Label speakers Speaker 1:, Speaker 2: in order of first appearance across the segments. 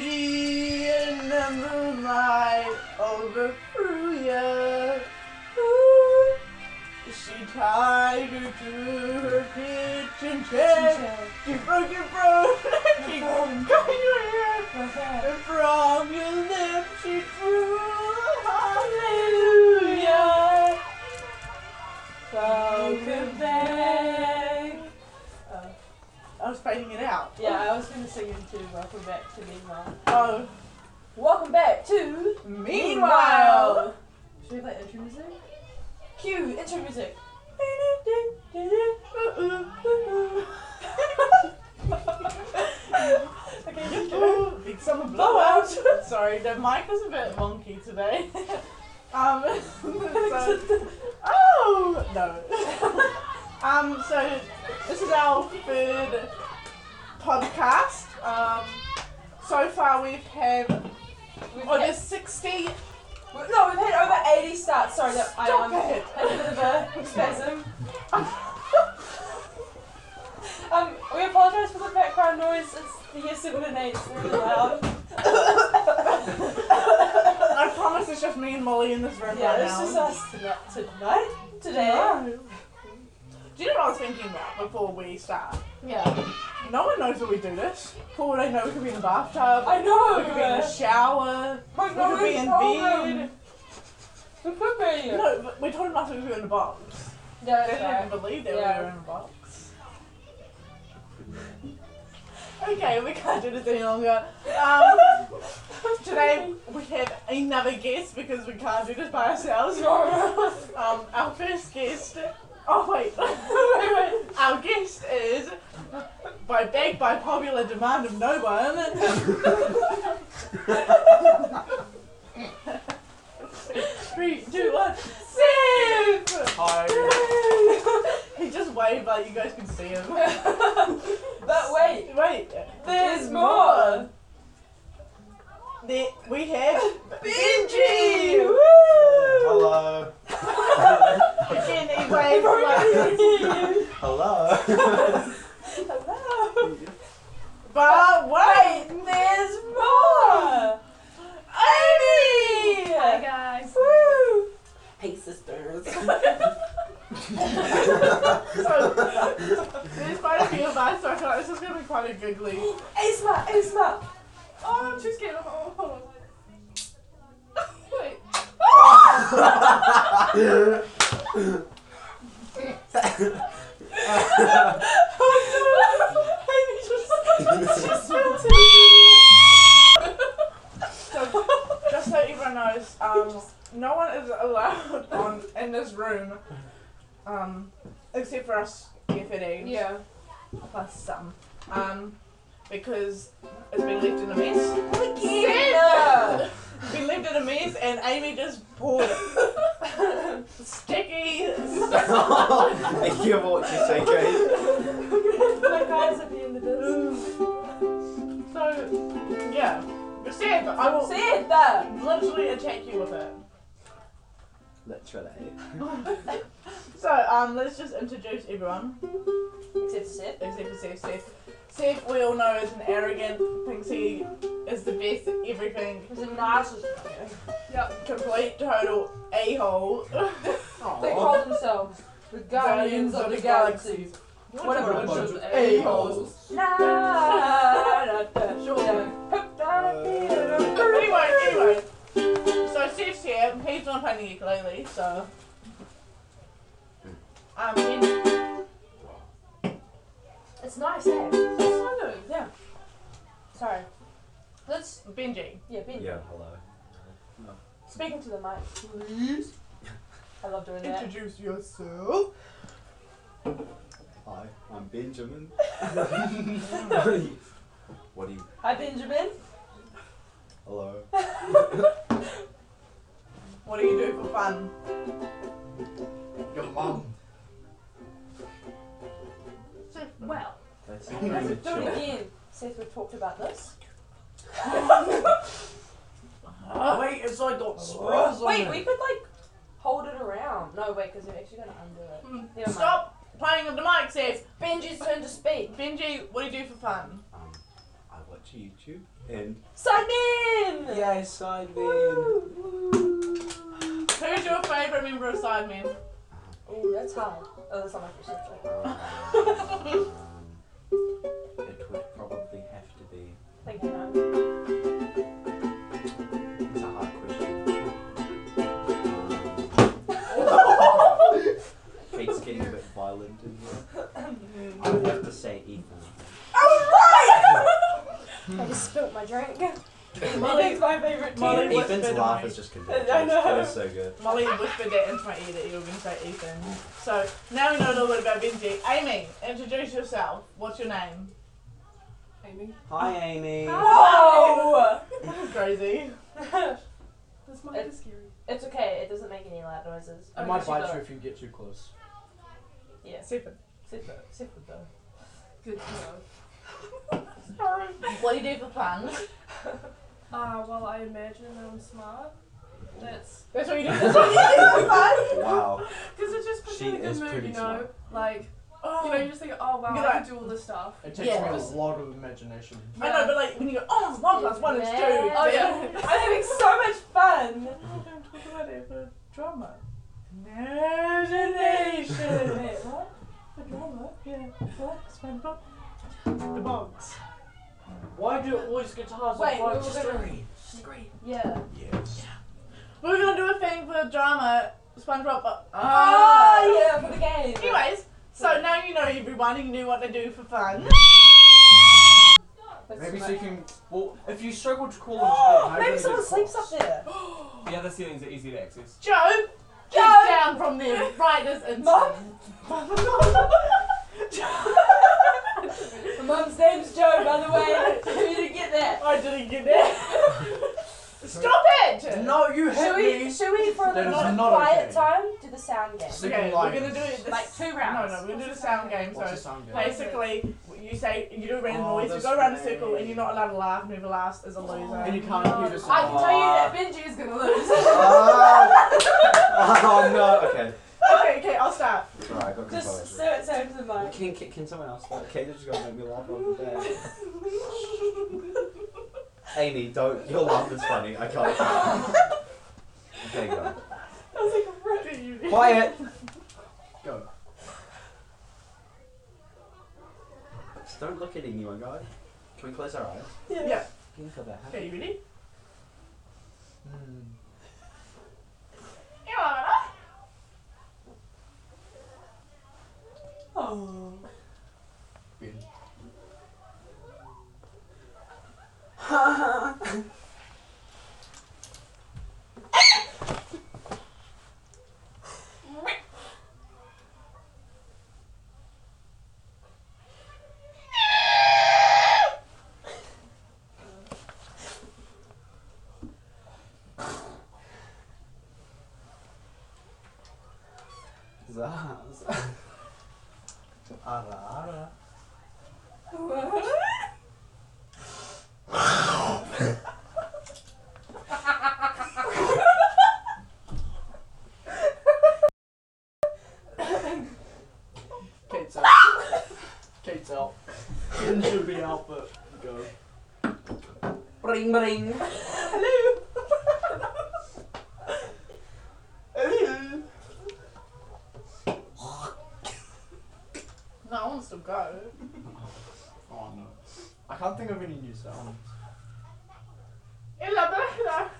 Speaker 1: Beauty and the light over through ya. She tied her to her kitchen chair. She broke your bone. She cut your hair. And from your lips she drew a hallelujah.
Speaker 2: Oh, Quebec.
Speaker 1: I was fighting it out.
Speaker 2: Yeah, I was gonna sing it too. Welcome back to Meanwhile.
Speaker 1: Oh,
Speaker 2: Welcome back to
Speaker 1: meanwhile.
Speaker 2: Should we play intro music? Cue intro music.
Speaker 1: Uh-uh.
Speaker 2: okay, you go.
Speaker 1: Ooh, Big
Speaker 2: Oh,
Speaker 1: summer blowout. Sorry, the mic was a bit wonky today. Um, so, oh no. um, so this is our third podcast. Um, so far we've had
Speaker 2: We've
Speaker 1: oh,
Speaker 2: had-
Speaker 1: there's sixty.
Speaker 2: no, we've had over 80 starts. Sorry, that I
Speaker 1: Stop
Speaker 2: um,
Speaker 1: it.
Speaker 2: had a bit of a spasm. Um, we apologise for the background noise. It's the year 7 and 8. It's really loud.
Speaker 1: I promise it's just me and Molly in this room
Speaker 2: Yeah,
Speaker 1: right
Speaker 2: this
Speaker 1: now.
Speaker 2: is us tonight, tonight today.
Speaker 1: No. Do you know what I was thinking about before we start?
Speaker 2: Yeah.
Speaker 1: No one knows that we do this. For all I know, we could be in the bathtub.
Speaker 2: I know!
Speaker 1: We could be in the shower.
Speaker 2: My
Speaker 1: We could be in bed.
Speaker 2: We could be.
Speaker 1: No, but we told him last week we were in a box.
Speaker 2: Yeah,
Speaker 1: They
Speaker 2: that's
Speaker 1: didn't
Speaker 2: right.
Speaker 1: even believe that
Speaker 2: Yeah.
Speaker 1: we were in a box. Okay, we can't do this any longer. Um, today we have another guest because we can't do this by ourselves. Um, our first guest. Oh wait, wait, wait. Our guest is by begged by popular demand of no one. Three, two, one. Sip!
Speaker 3: Hi.
Speaker 1: he just waved like you guys can see him.
Speaker 2: but wait,
Speaker 1: Wait,
Speaker 2: there's more.
Speaker 1: There, we have
Speaker 2: Benji!
Speaker 1: Benji.
Speaker 3: Hello.
Speaker 1: Again, he
Speaker 2: I
Speaker 1: waves like.
Speaker 2: probably can't hear you.
Speaker 3: Hello.
Speaker 2: Hello.
Speaker 1: But wait,
Speaker 2: There's more. Amy.
Speaker 4: Hi guys.
Speaker 2: Woo.
Speaker 5: Hey sisters.
Speaker 1: so, there's quite a few of us, so I feel like this is gonna be quite a giggly.
Speaker 2: Isma, Isma.
Speaker 4: Oh, I'm too scared. Oh, hold on. Wait.
Speaker 2: Ah! Amy just, just melted.
Speaker 1: So, just so everyone knows, um, no one is allowed on in this room, um, except for us FNAs
Speaker 4: Yeah.
Speaker 1: plus some, um, because it's been left in a mess.
Speaker 2: Yeah.
Speaker 1: It's been left in a mess, and Amy just poured it. sticky.
Speaker 3: I hear what you say, Kate.
Speaker 2: My guys at the end of this.
Speaker 1: So, yeah, you said I will
Speaker 2: Said that.
Speaker 1: literally attack you with it.
Speaker 3: Literally.
Speaker 1: So, um, let's just introduce everyone,
Speaker 2: Except Seth.
Speaker 1: except for Seth. Seth, Seth we all know is an arrogant, thinks he is the best at everything,
Speaker 2: He's a narcissist.
Speaker 4: Yep.
Speaker 1: complete, total a-hole.
Speaker 2: They
Speaker 3: Aww.
Speaker 2: call themselves the Guardians of the Galaxy. Whatever.
Speaker 1: What a bunch of
Speaker 2: A-holes.
Speaker 1: anyway, anyway. So Steve's here, and he's not playing the ukulele, so. Um, and
Speaker 2: It's nice, eh? Yeah. Sorry. Let's.
Speaker 1: Benji.
Speaker 2: Yeah, Ben.
Speaker 3: Yeah, hello.
Speaker 2: Speaking to the mic.
Speaker 1: Please
Speaker 2: I love doing that.
Speaker 1: introduce yourself.
Speaker 3: Hi, I'm Benjamin. what do you.
Speaker 2: Hi, Benjamin.
Speaker 3: Hello.
Speaker 1: What do you do for fun?
Speaker 3: Your mum.
Speaker 4: Well.
Speaker 3: That's
Speaker 2: Do it
Speaker 3: immature.
Speaker 2: again. Seth, we've talked about this.
Speaker 1: wait, it's like got
Speaker 3: spurs
Speaker 2: Wait, we could like hold it around. No, wait, because we're actually going to undo it. Never mind.
Speaker 1: Stop playing with the mic, Seth.
Speaker 2: Benji's turn to speak.
Speaker 1: Benji, what do you do for fun?
Speaker 3: Um, I work subscribe to YouTube and
Speaker 2: Sign in!
Speaker 3: yeah, sign in.
Speaker 1: Who's your favourite member of Sidemen?
Speaker 2: Ooh, that's hard. Oh, that's not my first
Speaker 3: Um,
Speaker 2: subject.
Speaker 3: It would probably have to be.
Speaker 2: Thank you, man.
Speaker 3: It's a hard question. Kate's getting a bit violent in here. I would have to say Ethan.
Speaker 2: I just spilt my drink.
Speaker 1: Molly,
Speaker 2: Molly's my favourite too.
Speaker 1: Molly- Ethan's
Speaker 3: Ethan's
Speaker 1: whispered
Speaker 3: laugh
Speaker 1: my-
Speaker 3: is just contagious.
Speaker 2: I know.
Speaker 3: That is so good.
Speaker 1: Molly whispered that into my ear that you were going to say Ethan. So now we know a little bit about Benji. Amy, introduce yourself. What's your name?
Speaker 4: Amy.
Speaker 3: Hi, Amy.
Speaker 2: Whoa!
Speaker 1: Crazy.
Speaker 4: This might be scary.
Speaker 2: it's okay, it doesn't make any loud noises.
Speaker 5: I might bite you if you get too close.
Speaker 2: Yes.
Speaker 1: Seven.
Speaker 2: Super, super though.
Speaker 4: Good to
Speaker 1: What do you do for fun?
Speaker 4: know. Uh, well, I imagine I'm smart. That's
Speaker 1: That's what you do. That's what you do for fun.
Speaker 3: Wow.
Speaker 4: because it just puts
Speaker 3: She
Speaker 4: you in a good
Speaker 3: is
Speaker 4: mood,
Speaker 3: pretty
Speaker 4: you know.
Speaker 3: smart.
Speaker 4: Like you know, you
Speaker 1: Oh.
Speaker 4: just think, oh wow,
Speaker 1: You're
Speaker 4: I
Speaker 1: like-
Speaker 4: can do all this stuff.
Speaker 5: It takes
Speaker 1: Yeah.
Speaker 5: me a lot of imagination.
Speaker 1: I know, but like when you go, oh, it's one plus one is two.
Speaker 2: Yeah.
Speaker 4: Oh yeah.
Speaker 2: I'm having so much fun!
Speaker 1: Oh, don't talk about it for drama. Imagination. Wait, what? For drama? Yeah. What? SpongeBob? The box.
Speaker 5: Why do always guitars
Speaker 2: Wait,
Speaker 5: Wait,
Speaker 2: we were
Speaker 5: are
Speaker 2: gonna-
Speaker 5: screen?
Speaker 2: Yeah.
Speaker 3: Yes.
Speaker 1: We're gonna do a thing for drama, SpongeBob. But,
Speaker 2: Oh, yeah, for the game.
Speaker 1: Anyways, so now you know everyone, you knew what to do for fun.
Speaker 2: That's
Speaker 5: Maybe
Speaker 2: too
Speaker 5: so you
Speaker 2: much.
Speaker 5: can. Well, if you struggle to call them
Speaker 2: Oh,
Speaker 5: today,
Speaker 2: maybe someone sleeps up there.
Speaker 6: The other ceilings are easy to access.
Speaker 1: Joe, get
Speaker 2: Joe!
Speaker 1: down from there right this instant.
Speaker 2: Mum? My mum's name's Joe, by the way. you didn't get that.
Speaker 1: I didn't get that. Stop it!
Speaker 5: No, you
Speaker 2: Should
Speaker 5: hit
Speaker 2: we,
Speaker 5: me.
Speaker 2: should we, for
Speaker 5: That
Speaker 2: a
Speaker 5: is
Speaker 2: little
Speaker 5: not
Speaker 2: quiet
Speaker 5: okay.
Speaker 2: time, do the sound game?
Speaker 5: Sleeping
Speaker 1: Okay, we're
Speaker 5: lions.
Speaker 1: gonna do it. This,
Speaker 2: Like two
Speaker 1: no,
Speaker 2: rounds.
Speaker 1: no, we're gonna do the sound game.
Speaker 5: What's the
Speaker 1: So
Speaker 5: sound game?
Speaker 1: basically, you say you do a random
Speaker 5: Oh,
Speaker 1: noise, you
Speaker 5: that's
Speaker 1: go around a
Speaker 5: great.
Speaker 1: circle, and you're not allowed to laugh. Whoever laughs is a loser.
Speaker 5: And you can't hear the
Speaker 4: I
Speaker 5: sound.
Speaker 4: can tell you that Benji is gonna lose.
Speaker 3: oh. Oh, no. Okay.
Speaker 1: okay, okay, I'll start.
Speaker 3: Alright, I got
Speaker 2: Just
Speaker 3: composure.
Speaker 2: so it's over to the mic.
Speaker 3: Can, can, can someone else? Okay, they're just gonna make me laugh all day. Amy, don't. Your laugh is funny. I can't. okay, go.
Speaker 2: I was like, right.
Speaker 3: Quiet.
Speaker 5: Go.
Speaker 3: Just don't look at anyone, guys. Can we close our eyes?
Speaker 1: Yeah.
Speaker 3: Can you cover our head?
Speaker 1: Okay, you ready?
Speaker 5: Mm.
Speaker 2: Oh.
Speaker 5: Ben.
Speaker 3: Zaz. ara ara.
Speaker 5: Kate's out. Kate's out. Ben should be out, but go.
Speaker 3: Ring ring.
Speaker 1: No, I want to go.
Speaker 5: Oh no. I can't think of any new sounds.
Speaker 1: Ella Bella.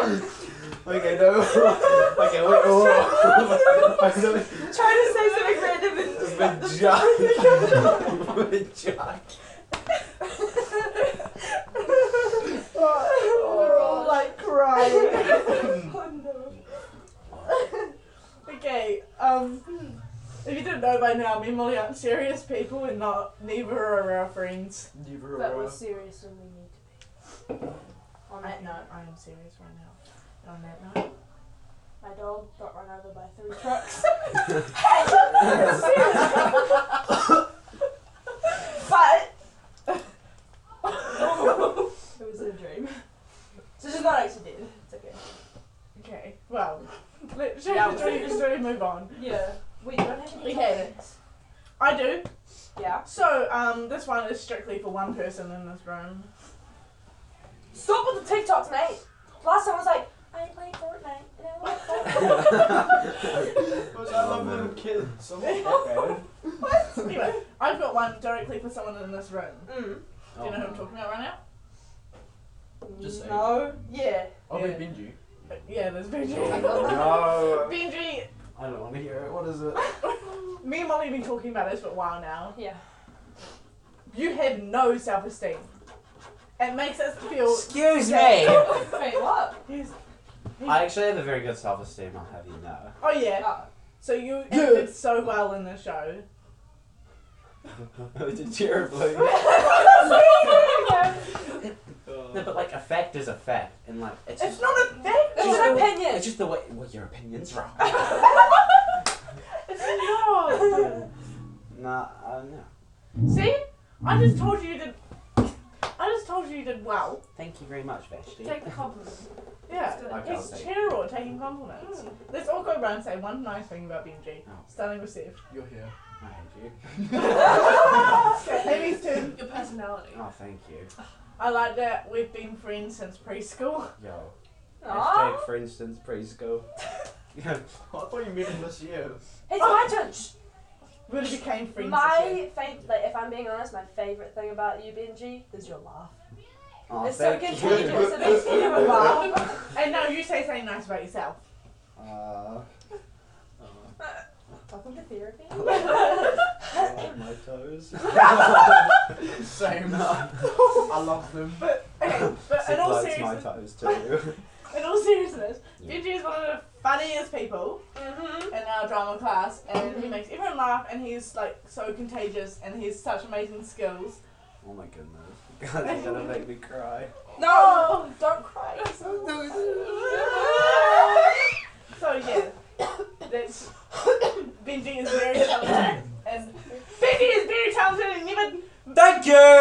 Speaker 3: Okay, no. okay, wait. Oh. I don't-
Speaker 2: Trying to say something random and just like the
Speaker 3: Vagina.
Speaker 1: We're all like crying.
Speaker 2: Oh no.
Speaker 1: okay, um, if you didn't know by now, me and Molly aren't serious people and not neither are our friends.
Speaker 5: Never
Speaker 2: But we're
Speaker 5: aware.
Speaker 2: serious when we need to be. On
Speaker 1: I
Speaker 2: that
Speaker 1: no,
Speaker 2: note.
Speaker 1: I am serious right now. And on that note,
Speaker 2: My dog got run over by three trucks. but it was a dream. So she's not actually dead. It's okay.
Speaker 1: Okay, well, let's change
Speaker 2: Yeah,
Speaker 1: the dream story and move on.
Speaker 2: Yeah. We don't have any
Speaker 1: Okay.
Speaker 2: topics.
Speaker 1: I do.
Speaker 2: Yeah.
Speaker 1: So, um, this one is strictly for one person in this room.
Speaker 2: Stop with the TikToks, mate. Last time I was like, I play Fortnite and I like Fortnite.
Speaker 5: Because I love little kids. So
Speaker 3: Okay.
Speaker 1: Anyway, I've got one directly for someone in this room.
Speaker 2: mm.
Speaker 1: Do you know who
Speaker 5: Oh.
Speaker 1: I'm talking about right now?
Speaker 5: Just say.
Speaker 2: no. Yeah.
Speaker 5: I'll be
Speaker 1: Yeah.
Speaker 5: Benji.
Speaker 1: Uh, Yeah, there's Benji.
Speaker 3: No.
Speaker 1: Benji,
Speaker 5: I don't want to hear it. What is it?
Speaker 1: me and Molly have been talking about this for a while now.
Speaker 2: Yeah.
Speaker 1: You had no self esteem. It makes us feel.
Speaker 3: Excuse
Speaker 1: me.
Speaker 2: Wait, what?
Speaker 1: He's,
Speaker 3: I actually have a very good self-esteem. I'll have you know.
Speaker 1: oh, yeah.
Speaker 2: Oh.
Speaker 1: So you
Speaker 5: Yeah.
Speaker 1: did so well in the show.
Speaker 3: Terribly. No, but like a fact is a fact, and like it's
Speaker 1: It's
Speaker 3: just,
Speaker 1: not a fact.
Speaker 2: It's an opinion.
Speaker 3: it's just the way. Well, your opinion's wrong.
Speaker 1: It's not.
Speaker 3: nah, uh, no.
Speaker 1: See? I just told you you did. I just told you you did well.
Speaker 3: Thank you very much, Vashti.
Speaker 4: Take the compliment.
Speaker 1: Yeah.
Speaker 4: It's good.
Speaker 3: Okay. I'll
Speaker 1: It's
Speaker 3: take it.
Speaker 1: terrible at taking compliments.
Speaker 4: Mm.
Speaker 1: Hmm. Let's all go around and say one nice thing about Benji.
Speaker 3: Oh.
Speaker 1: Starting with Steve.
Speaker 5: You're here.
Speaker 3: I hate you.
Speaker 1: Amy's turn.
Speaker 4: Your personality.
Speaker 3: Oh, thank you.
Speaker 1: I like that we've been friends since preschool.
Speaker 3: Yo.
Speaker 2: Aw.
Speaker 3: Hashtag, for instance, preschool.
Speaker 5: I thought you meant him this year.
Speaker 2: It's my turn. Shh.
Speaker 1: Really became friends. this year.
Speaker 2: My favorite, like, if I'm being honest, my favorite thing about you, Benji, is your laugh.
Speaker 3: Oh,
Speaker 2: it's so
Speaker 3: thank
Speaker 2: contagious.
Speaker 3: you.
Speaker 2: It makes me have a laugh.
Speaker 1: And now you say something nice about yourself.
Speaker 3: Uh,
Speaker 2: Welcome to therapy.
Speaker 3: oh, my toes.
Speaker 5: Same.
Speaker 3: No.
Speaker 5: I love them.
Speaker 1: Okay, but in all,
Speaker 3: my
Speaker 1: seriousness,
Speaker 3: toes too.
Speaker 1: in all seriousness,
Speaker 3: Yeah.
Speaker 1: Benji is one of the funniest people
Speaker 2: Mm-hmm.
Speaker 1: in our drama class, and he makes everyone laugh, and he's like so contagious, and he has such amazing skills.
Speaker 3: oh my goodness. God, you're gonna make me cry.
Speaker 2: No, don't cry.
Speaker 1: So yeah, that's Benji is very talented, and Benji is very talented, and never.
Speaker 3: Thank you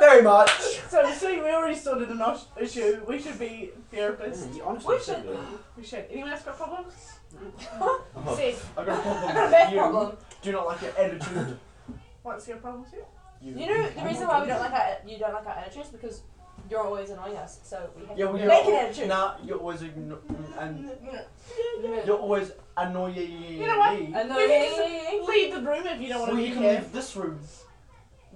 Speaker 3: very much.
Speaker 1: So see, we already sorted an os- issue. We should be therapists.
Speaker 3: You honestly
Speaker 2: We
Speaker 3: should
Speaker 2: should-
Speaker 3: be.
Speaker 1: We should. Anyone else got problems?
Speaker 3: Oh.
Speaker 1: Sid,
Speaker 5: I got a problem
Speaker 2: I got a
Speaker 5: with
Speaker 2: back
Speaker 5: you.
Speaker 2: problem.
Speaker 5: Do not like your attitude.
Speaker 1: what's your problem, Sid?
Speaker 2: You know the reason why we don't like our you don't like our attitude is because you're always annoying us, so we have
Speaker 5: Yeah,
Speaker 2: to
Speaker 5: well,
Speaker 2: make
Speaker 5: you're
Speaker 2: an
Speaker 5: al-
Speaker 2: attitude.
Speaker 5: Nah, you're always igno- and
Speaker 2: Mm.
Speaker 5: you're always annoying.
Speaker 1: You know what?
Speaker 2: Annoying.
Speaker 1: Leave the room if you don't want
Speaker 5: Well,
Speaker 1: to be
Speaker 5: you can
Speaker 1: here.
Speaker 5: leave this room.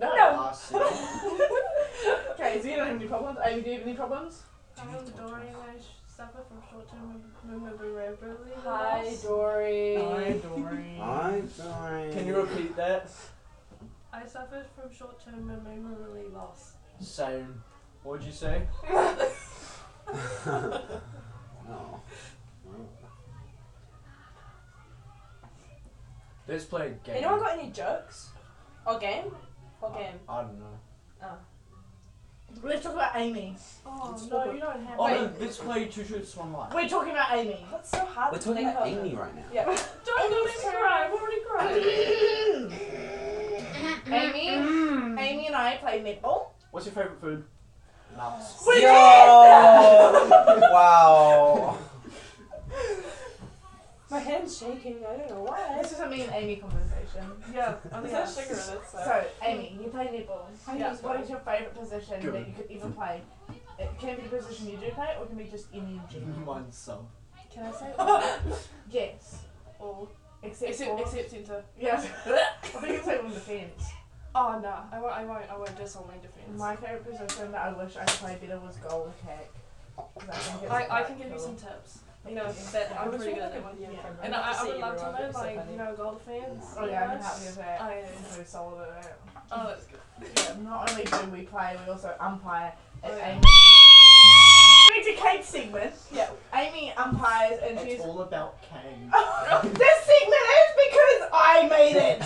Speaker 1: No.
Speaker 5: Ah, see.
Speaker 1: Okay, so you don't have any problems? Amy, do you have any problems?
Speaker 4: I am Dory and I sh- suffer from short-term movement variability.
Speaker 2: Hi,
Speaker 4: loss.
Speaker 2: Dory.
Speaker 1: Dory.
Speaker 3: I'm sorry.
Speaker 5: Can you repeat that?
Speaker 4: I suffered from short-term memory loss.
Speaker 5: Same. What'd you say?
Speaker 3: Oh.
Speaker 5: Let's play a game.
Speaker 2: Anyone got any jokes? Or game? Or game?
Speaker 5: I don't know.
Speaker 2: Oh.
Speaker 1: Let's talk about Amy.
Speaker 4: Oh
Speaker 5: It's
Speaker 4: no,
Speaker 5: awkward.
Speaker 4: you don't have.
Speaker 5: Oh,
Speaker 4: that.
Speaker 5: no, let's play Two Truths, One Lie.
Speaker 1: We're talking about Amy.
Speaker 2: That's so hard
Speaker 3: We're
Speaker 2: to
Speaker 3: talking
Speaker 2: think
Speaker 3: about
Speaker 2: of.
Speaker 3: Amy right now.
Speaker 2: Yeah.
Speaker 4: Don't let me cry. I've already cried.
Speaker 1: Amy, Amy and I play netball.
Speaker 5: What's your favourite food? Nuts.
Speaker 1: We
Speaker 3: Yo! wow.
Speaker 2: My hand's shaking, I don't know why.
Speaker 1: This is a me and Amy conversation.
Speaker 4: yeah,
Speaker 2: There's
Speaker 4: only
Speaker 2: no
Speaker 4: us.
Speaker 2: sugar in it, so.
Speaker 1: So, Amy, you play netball.
Speaker 2: Yeah.
Speaker 1: What is your favourite position
Speaker 5: Good.
Speaker 1: that you could ever play? It can be a position you do play, or it can be just any in general.
Speaker 5: Mine's sub.
Speaker 4: Can I say? All?
Speaker 1: Yes. Or except,
Speaker 4: except
Speaker 1: for-
Speaker 4: except center.
Speaker 1: Yes. I think it's like on defence.
Speaker 4: Oh no, I won't. I won't. I won't diss on my defense.
Speaker 1: My favourite position that I wish I played better was goal attack. 'Cause I, think it's
Speaker 4: I, I
Speaker 1: quite
Speaker 4: can give you
Speaker 1: cool.
Speaker 4: some tips. You know that I'm pretty good at that one.
Speaker 1: Yeah.
Speaker 4: And I, I would love to know, like you know, gold fans.
Speaker 1: Oh yeah, I can help you
Speaker 4: yes.
Speaker 1: with that.
Speaker 4: Oh, yeah.
Speaker 1: I'm so solid at that.
Speaker 4: Oh, that's good.
Speaker 1: Yeah, not only do we play, we also umpire.
Speaker 4: Oh, yeah.
Speaker 1: Amy. Back to Kate's segment.
Speaker 2: Yeah.
Speaker 1: Amy umpires and she's. Oh,
Speaker 5: It's all about Kane.
Speaker 1: this segment is because I made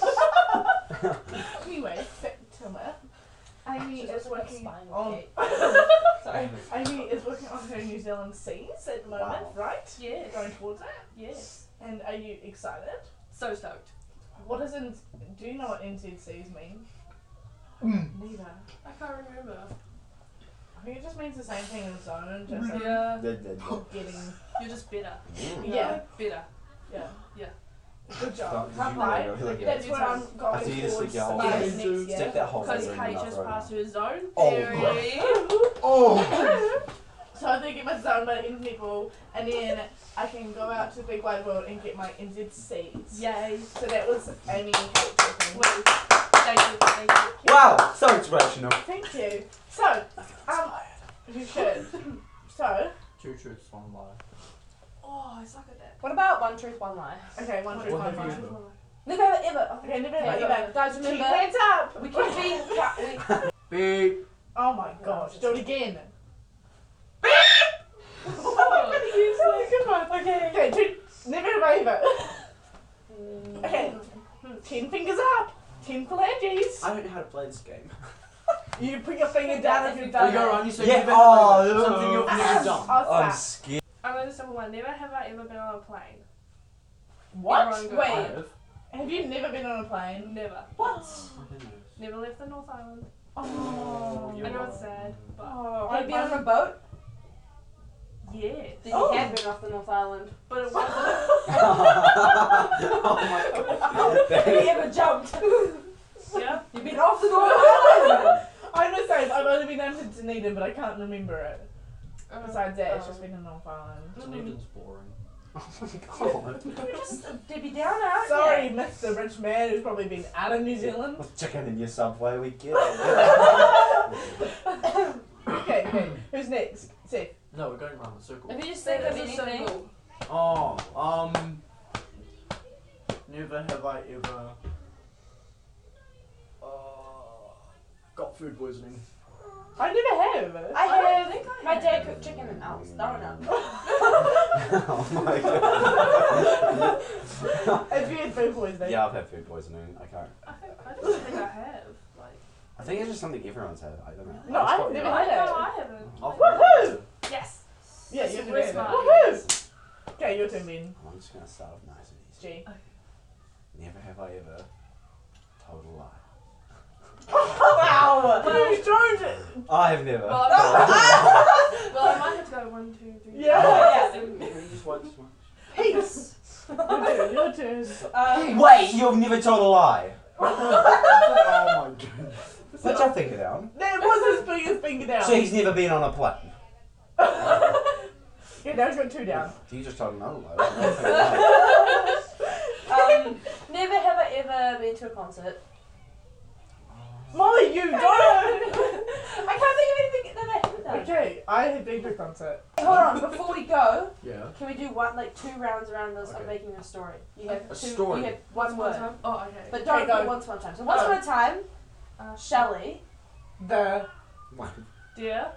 Speaker 1: it! anyway, back to Amy
Speaker 2: She's
Speaker 1: is
Speaker 2: also got a
Speaker 1: working
Speaker 2: spine
Speaker 1: on.
Speaker 2: Sorry.
Speaker 1: Amy is working on her to New Zealand seas at the moment,
Speaker 3: Wow.
Speaker 1: right?
Speaker 4: Yes.
Speaker 1: Going towards it.
Speaker 4: Yes.
Speaker 1: And are you excited?
Speaker 4: So stoked.
Speaker 1: What does N- do you know what NZCs mean? Neither.
Speaker 4: I can't remember.
Speaker 1: I think it just means the same thing as zone, just like
Speaker 4: Mm-hmm. Yeah.
Speaker 3: Did, did, did.
Speaker 1: getting.
Speaker 4: You're just better.
Speaker 1: Yeah,
Speaker 4: Better.
Speaker 1: yeah,
Speaker 4: Yeah.
Speaker 1: Good job.
Speaker 3: Did you
Speaker 1: Can't
Speaker 3: really
Speaker 1: lie.
Speaker 3: know that?
Speaker 1: That's
Speaker 4: You
Speaker 1: what
Speaker 4: tell
Speaker 1: I'm
Speaker 4: us.
Speaker 1: going
Speaker 3: After you just "Oh,
Speaker 1: towards
Speaker 3: lick your whole
Speaker 1: by
Speaker 4: face.
Speaker 1: next
Speaker 5: Stick
Speaker 1: year.
Speaker 3: Stick that whole
Speaker 4: Because
Speaker 3: finger in
Speaker 4: Kate
Speaker 3: your
Speaker 4: just
Speaker 3: mouth right
Speaker 4: passed her zone.
Speaker 3: Oh,
Speaker 4: Very.
Speaker 3: now. Oh!
Speaker 1: So I think it must zone by the end people, and then I can go out to the big wide world and get my NZCs.
Speaker 4: Yay.
Speaker 1: So that was Amy and Kate's thing.
Speaker 4: Wait. Thank you. Thank you.
Speaker 3: wow, so inspirational.
Speaker 1: Thank you. So, um, you should. So,
Speaker 5: Two truths, one lie.
Speaker 4: Oh, I suck at that.
Speaker 2: What about one truth, one lie?
Speaker 1: okay, one, two, one,
Speaker 5: What have you
Speaker 1: one.
Speaker 5: done?
Speaker 2: Never ever ever. Oh,
Speaker 1: Okay, never,
Speaker 2: okay,
Speaker 1: never, never.
Speaker 2: Guys,
Speaker 1: Keep
Speaker 2: remember
Speaker 1: hands up.
Speaker 2: we can be. ca- We,
Speaker 5: Beep.
Speaker 1: Oh my gosh, do it again.
Speaker 2: Oh
Speaker 4: Oh.
Speaker 1: good one. Okay. Okay, two, never ever. Okay, ten fingers up. Ten phalanges.
Speaker 5: I don't know how to play this game.
Speaker 1: You put your finger down if you've
Speaker 5: You
Speaker 1: done
Speaker 5: go
Speaker 1: it.
Speaker 5: around, you say
Speaker 3: Yeah,
Speaker 5: you've been
Speaker 3: oh,
Speaker 5: over,
Speaker 3: no.
Speaker 5: something you've never done.
Speaker 1: Oh,
Speaker 3: I'm
Speaker 1: snap.
Speaker 3: scared.
Speaker 4: I'm going to simple one. Never have I ever been on a plane.
Speaker 1: What?
Speaker 4: Wrong.
Speaker 1: Wait,
Speaker 5: have.
Speaker 1: have you never been on a plane?
Speaker 4: Never.
Speaker 1: What?
Speaker 4: Never left the North Island.
Speaker 1: Oh,
Speaker 5: You
Speaker 4: I know
Speaker 5: are.
Speaker 4: it's sad, but
Speaker 1: oh
Speaker 2: have
Speaker 1: I
Speaker 2: you been on a boat?
Speaker 4: yeah.
Speaker 2: Then you
Speaker 1: Oh.
Speaker 2: have been off the North Island.
Speaker 4: But it wasn't.
Speaker 2: Have you ever jumped?
Speaker 4: yeah.
Speaker 2: You've been off the North Island.
Speaker 1: I'm the same. I've only been down to Dunedin, but I can't remember it. Besides that, it's just been a North Island.
Speaker 5: Dunedin's boring. Oh my god.
Speaker 2: You're just a Debbie Downer. aren't you?
Speaker 1: Sorry, Mr. Rich Man, who's probably been out of New Zealand.
Speaker 3: With chicken in your subway, we get it.
Speaker 1: Okay, okay. Who's next? Seth.
Speaker 5: No, we're going around the circle.
Speaker 2: If you just think
Speaker 4: Think
Speaker 2: of
Speaker 4: of a
Speaker 2: anything.
Speaker 4: circle.
Speaker 5: Oh, um. Never have I ever. Uh, got food poisoning.
Speaker 1: I never have.
Speaker 2: I
Speaker 4: I don't
Speaker 2: have.
Speaker 4: think I
Speaker 2: My
Speaker 4: have.
Speaker 2: dad cooked chicken and I was throwing up.
Speaker 3: oh my god.
Speaker 1: Have you had food poisoning?
Speaker 3: yeah, I've had food poisoning. I can't.
Speaker 4: I, think, I don't think I have. Like,
Speaker 3: I think it's just something everyone's had. I don't know.
Speaker 1: No,
Speaker 3: It's
Speaker 1: I've
Speaker 3: probably
Speaker 1: never
Speaker 4: no,
Speaker 3: not.
Speaker 1: had-
Speaker 4: I,
Speaker 1: I don't.
Speaker 4: no, I haven't.
Speaker 5: I've-
Speaker 1: Woohoo!
Speaker 4: Yes.
Speaker 1: Oh, Yeah, you're
Speaker 4: Super
Speaker 1: doing it.
Speaker 4: smart.
Speaker 1: Woohoo! Okay, your turn then.
Speaker 3: I'm just gonna start off nice and easy.
Speaker 1: G.
Speaker 3: Never have I ever told a lie.
Speaker 1: Wow! You joined it!
Speaker 3: I have never.
Speaker 4: Well, I might, well, I might have to go one, two, three. Oh,
Speaker 1: Yeah.
Speaker 4: four, five, six,
Speaker 5: Can you just wipe this one?
Speaker 1: Peace! your turn, your turn.
Speaker 2: Um,
Speaker 3: Wait, you've never told a lie.
Speaker 5: oh my goodness.
Speaker 3: Put your finger down.
Speaker 1: That was his biggest finger down.
Speaker 3: So he's never been on a plane.
Speaker 1: Yeah, now he's got two down.
Speaker 3: You just told another lie. I don't know.
Speaker 2: um, never have I ever been to a concert.
Speaker 1: Molly, you don't!
Speaker 2: I can't think of anything that I haven't done.
Speaker 1: okay, I had been to a concert.
Speaker 2: Hold on, before we go,
Speaker 5: Yeah.
Speaker 2: can we do one like two rounds around this? I'm
Speaker 5: Okay.
Speaker 2: making a story. You have
Speaker 5: A
Speaker 2: two.
Speaker 5: story.
Speaker 2: You have one
Speaker 4: one
Speaker 2: word,
Speaker 4: time. Oh, okay.
Speaker 2: but don't
Speaker 1: Okay, go.
Speaker 2: do once one time. So once
Speaker 1: Go.
Speaker 2: upon a time,
Speaker 4: Uh,
Speaker 2: Shelley.
Speaker 1: The.
Speaker 3: One,
Speaker 4: dear.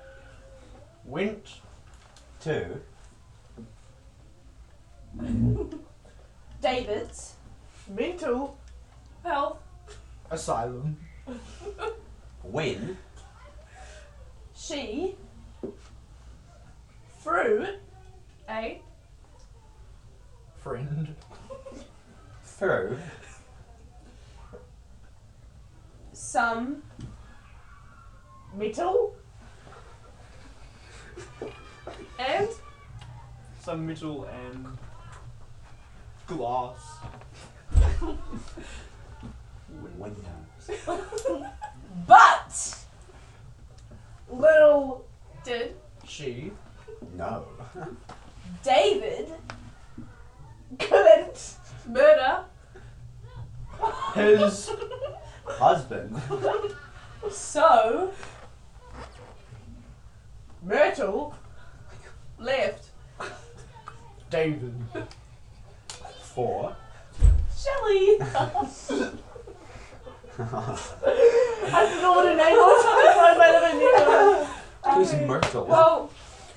Speaker 5: Went.
Speaker 3: two.
Speaker 2: David's.
Speaker 1: Mental.
Speaker 4: Health.
Speaker 5: Asylum.
Speaker 3: When
Speaker 2: She.
Speaker 1: Through.
Speaker 4: A.
Speaker 5: Friend.
Speaker 3: through
Speaker 2: Some.
Speaker 1: Metal.
Speaker 4: And.
Speaker 5: Some metal and. Glass.
Speaker 3: windows.
Speaker 2: But.
Speaker 1: Little.
Speaker 4: Did.
Speaker 5: She.
Speaker 3: No.
Speaker 2: David.
Speaker 1: Couldn't.
Speaker 4: Murder.
Speaker 5: His.
Speaker 3: Husband.
Speaker 2: So.
Speaker 1: Myrtle.
Speaker 4: Left.
Speaker 5: David.
Speaker 3: Four.
Speaker 2: Shelley.
Speaker 1: I don't know what her name was. I might have been new
Speaker 3: Who's Myrtle?
Speaker 2: well,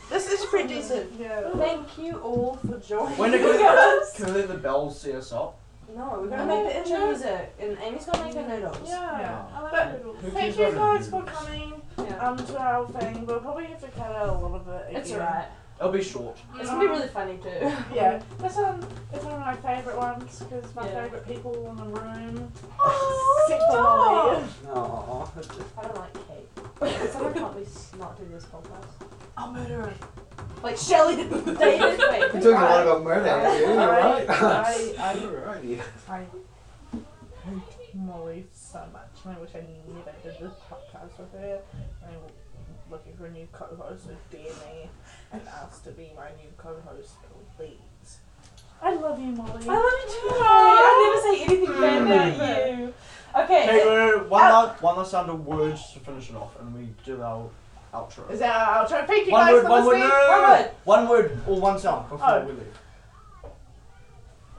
Speaker 2: this is pretty decent.
Speaker 1: Yeah.
Speaker 2: Thank you all for joining
Speaker 5: When are you
Speaker 2: us.
Speaker 5: Can we let the bells see us up?
Speaker 2: No, we're gonna
Speaker 1: No,
Speaker 2: make the intro
Speaker 1: no.
Speaker 2: music, and Amy's gonna make the noodles.
Speaker 1: Yeah.
Speaker 4: I like
Speaker 1: But-
Speaker 4: noodles.
Speaker 5: Who
Speaker 1: Thank
Speaker 5: cares
Speaker 1: you
Speaker 5: about the
Speaker 1: guys for
Speaker 5: noodles?
Speaker 1: coming
Speaker 2: Yeah.
Speaker 1: um, to our thing. We'll probably have to cut out a little bit.
Speaker 2: It's
Speaker 1: again.
Speaker 2: alright.
Speaker 5: It'll be short.
Speaker 2: It's gonna be really funny too.
Speaker 1: Yeah, this one is one of my favourite ones because my
Speaker 2: Yeah.
Speaker 1: favourite people in the room.
Speaker 7: Oh,
Speaker 1: except for Molly.
Speaker 5: Aww.
Speaker 2: I don't like Kate. Someone can't we s- not do this podcast?
Speaker 4: oh,
Speaker 5: I'll murder her.
Speaker 2: Like Shelley did with David. Wait,
Speaker 3: You're talking a lot about murder, aren't you? You're
Speaker 1: I,
Speaker 3: right.
Speaker 1: I, I,
Speaker 3: You're right. yeah.
Speaker 1: I hate Molly so much, and I wish I never did this podcast with her. I'm looking for a new co-host, so DM me and ask to be my new co-host, please. I love you, Molly.
Speaker 2: I love you too. I never say anything bad about you. Okay.
Speaker 5: Okay, wait, wait, one, last, one last round of words to finish it off, and we do our outro.
Speaker 1: Is that our outro? Thank you
Speaker 5: one
Speaker 1: guys
Speaker 5: word,
Speaker 1: for
Speaker 5: one word,
Speaker 1: listening.
Speaker 5: no, no, no, no,
Speaker 2: One word.
Speaker 5: One word or one sound before
Speaker 1: Oh.
Speaker 5: we leave.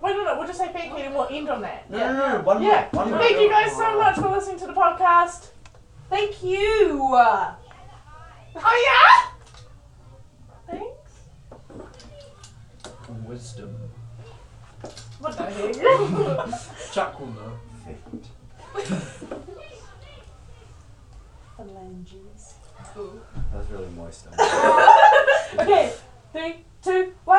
Speaker 1: Wait, no, no, we'll just say thank you and we'll end on that.
Speaker 5: No, no, no, no, one
Speaker 1: Yeah.
Speaker 5: word. One word.
Speaker 1: Thank you guys so much for listening to the podcast.
Speaker 2: Thank you.
Speaker 1: Oh yeah. Thanks.
Speaker 5: Wisdom.
Speaker 1: What the heck?
Speaker 5: Chuck will know.
Speaker 2: Phalanges.
Speaker 3: That was really moist.
Speaker 2: Okay, three, two, one.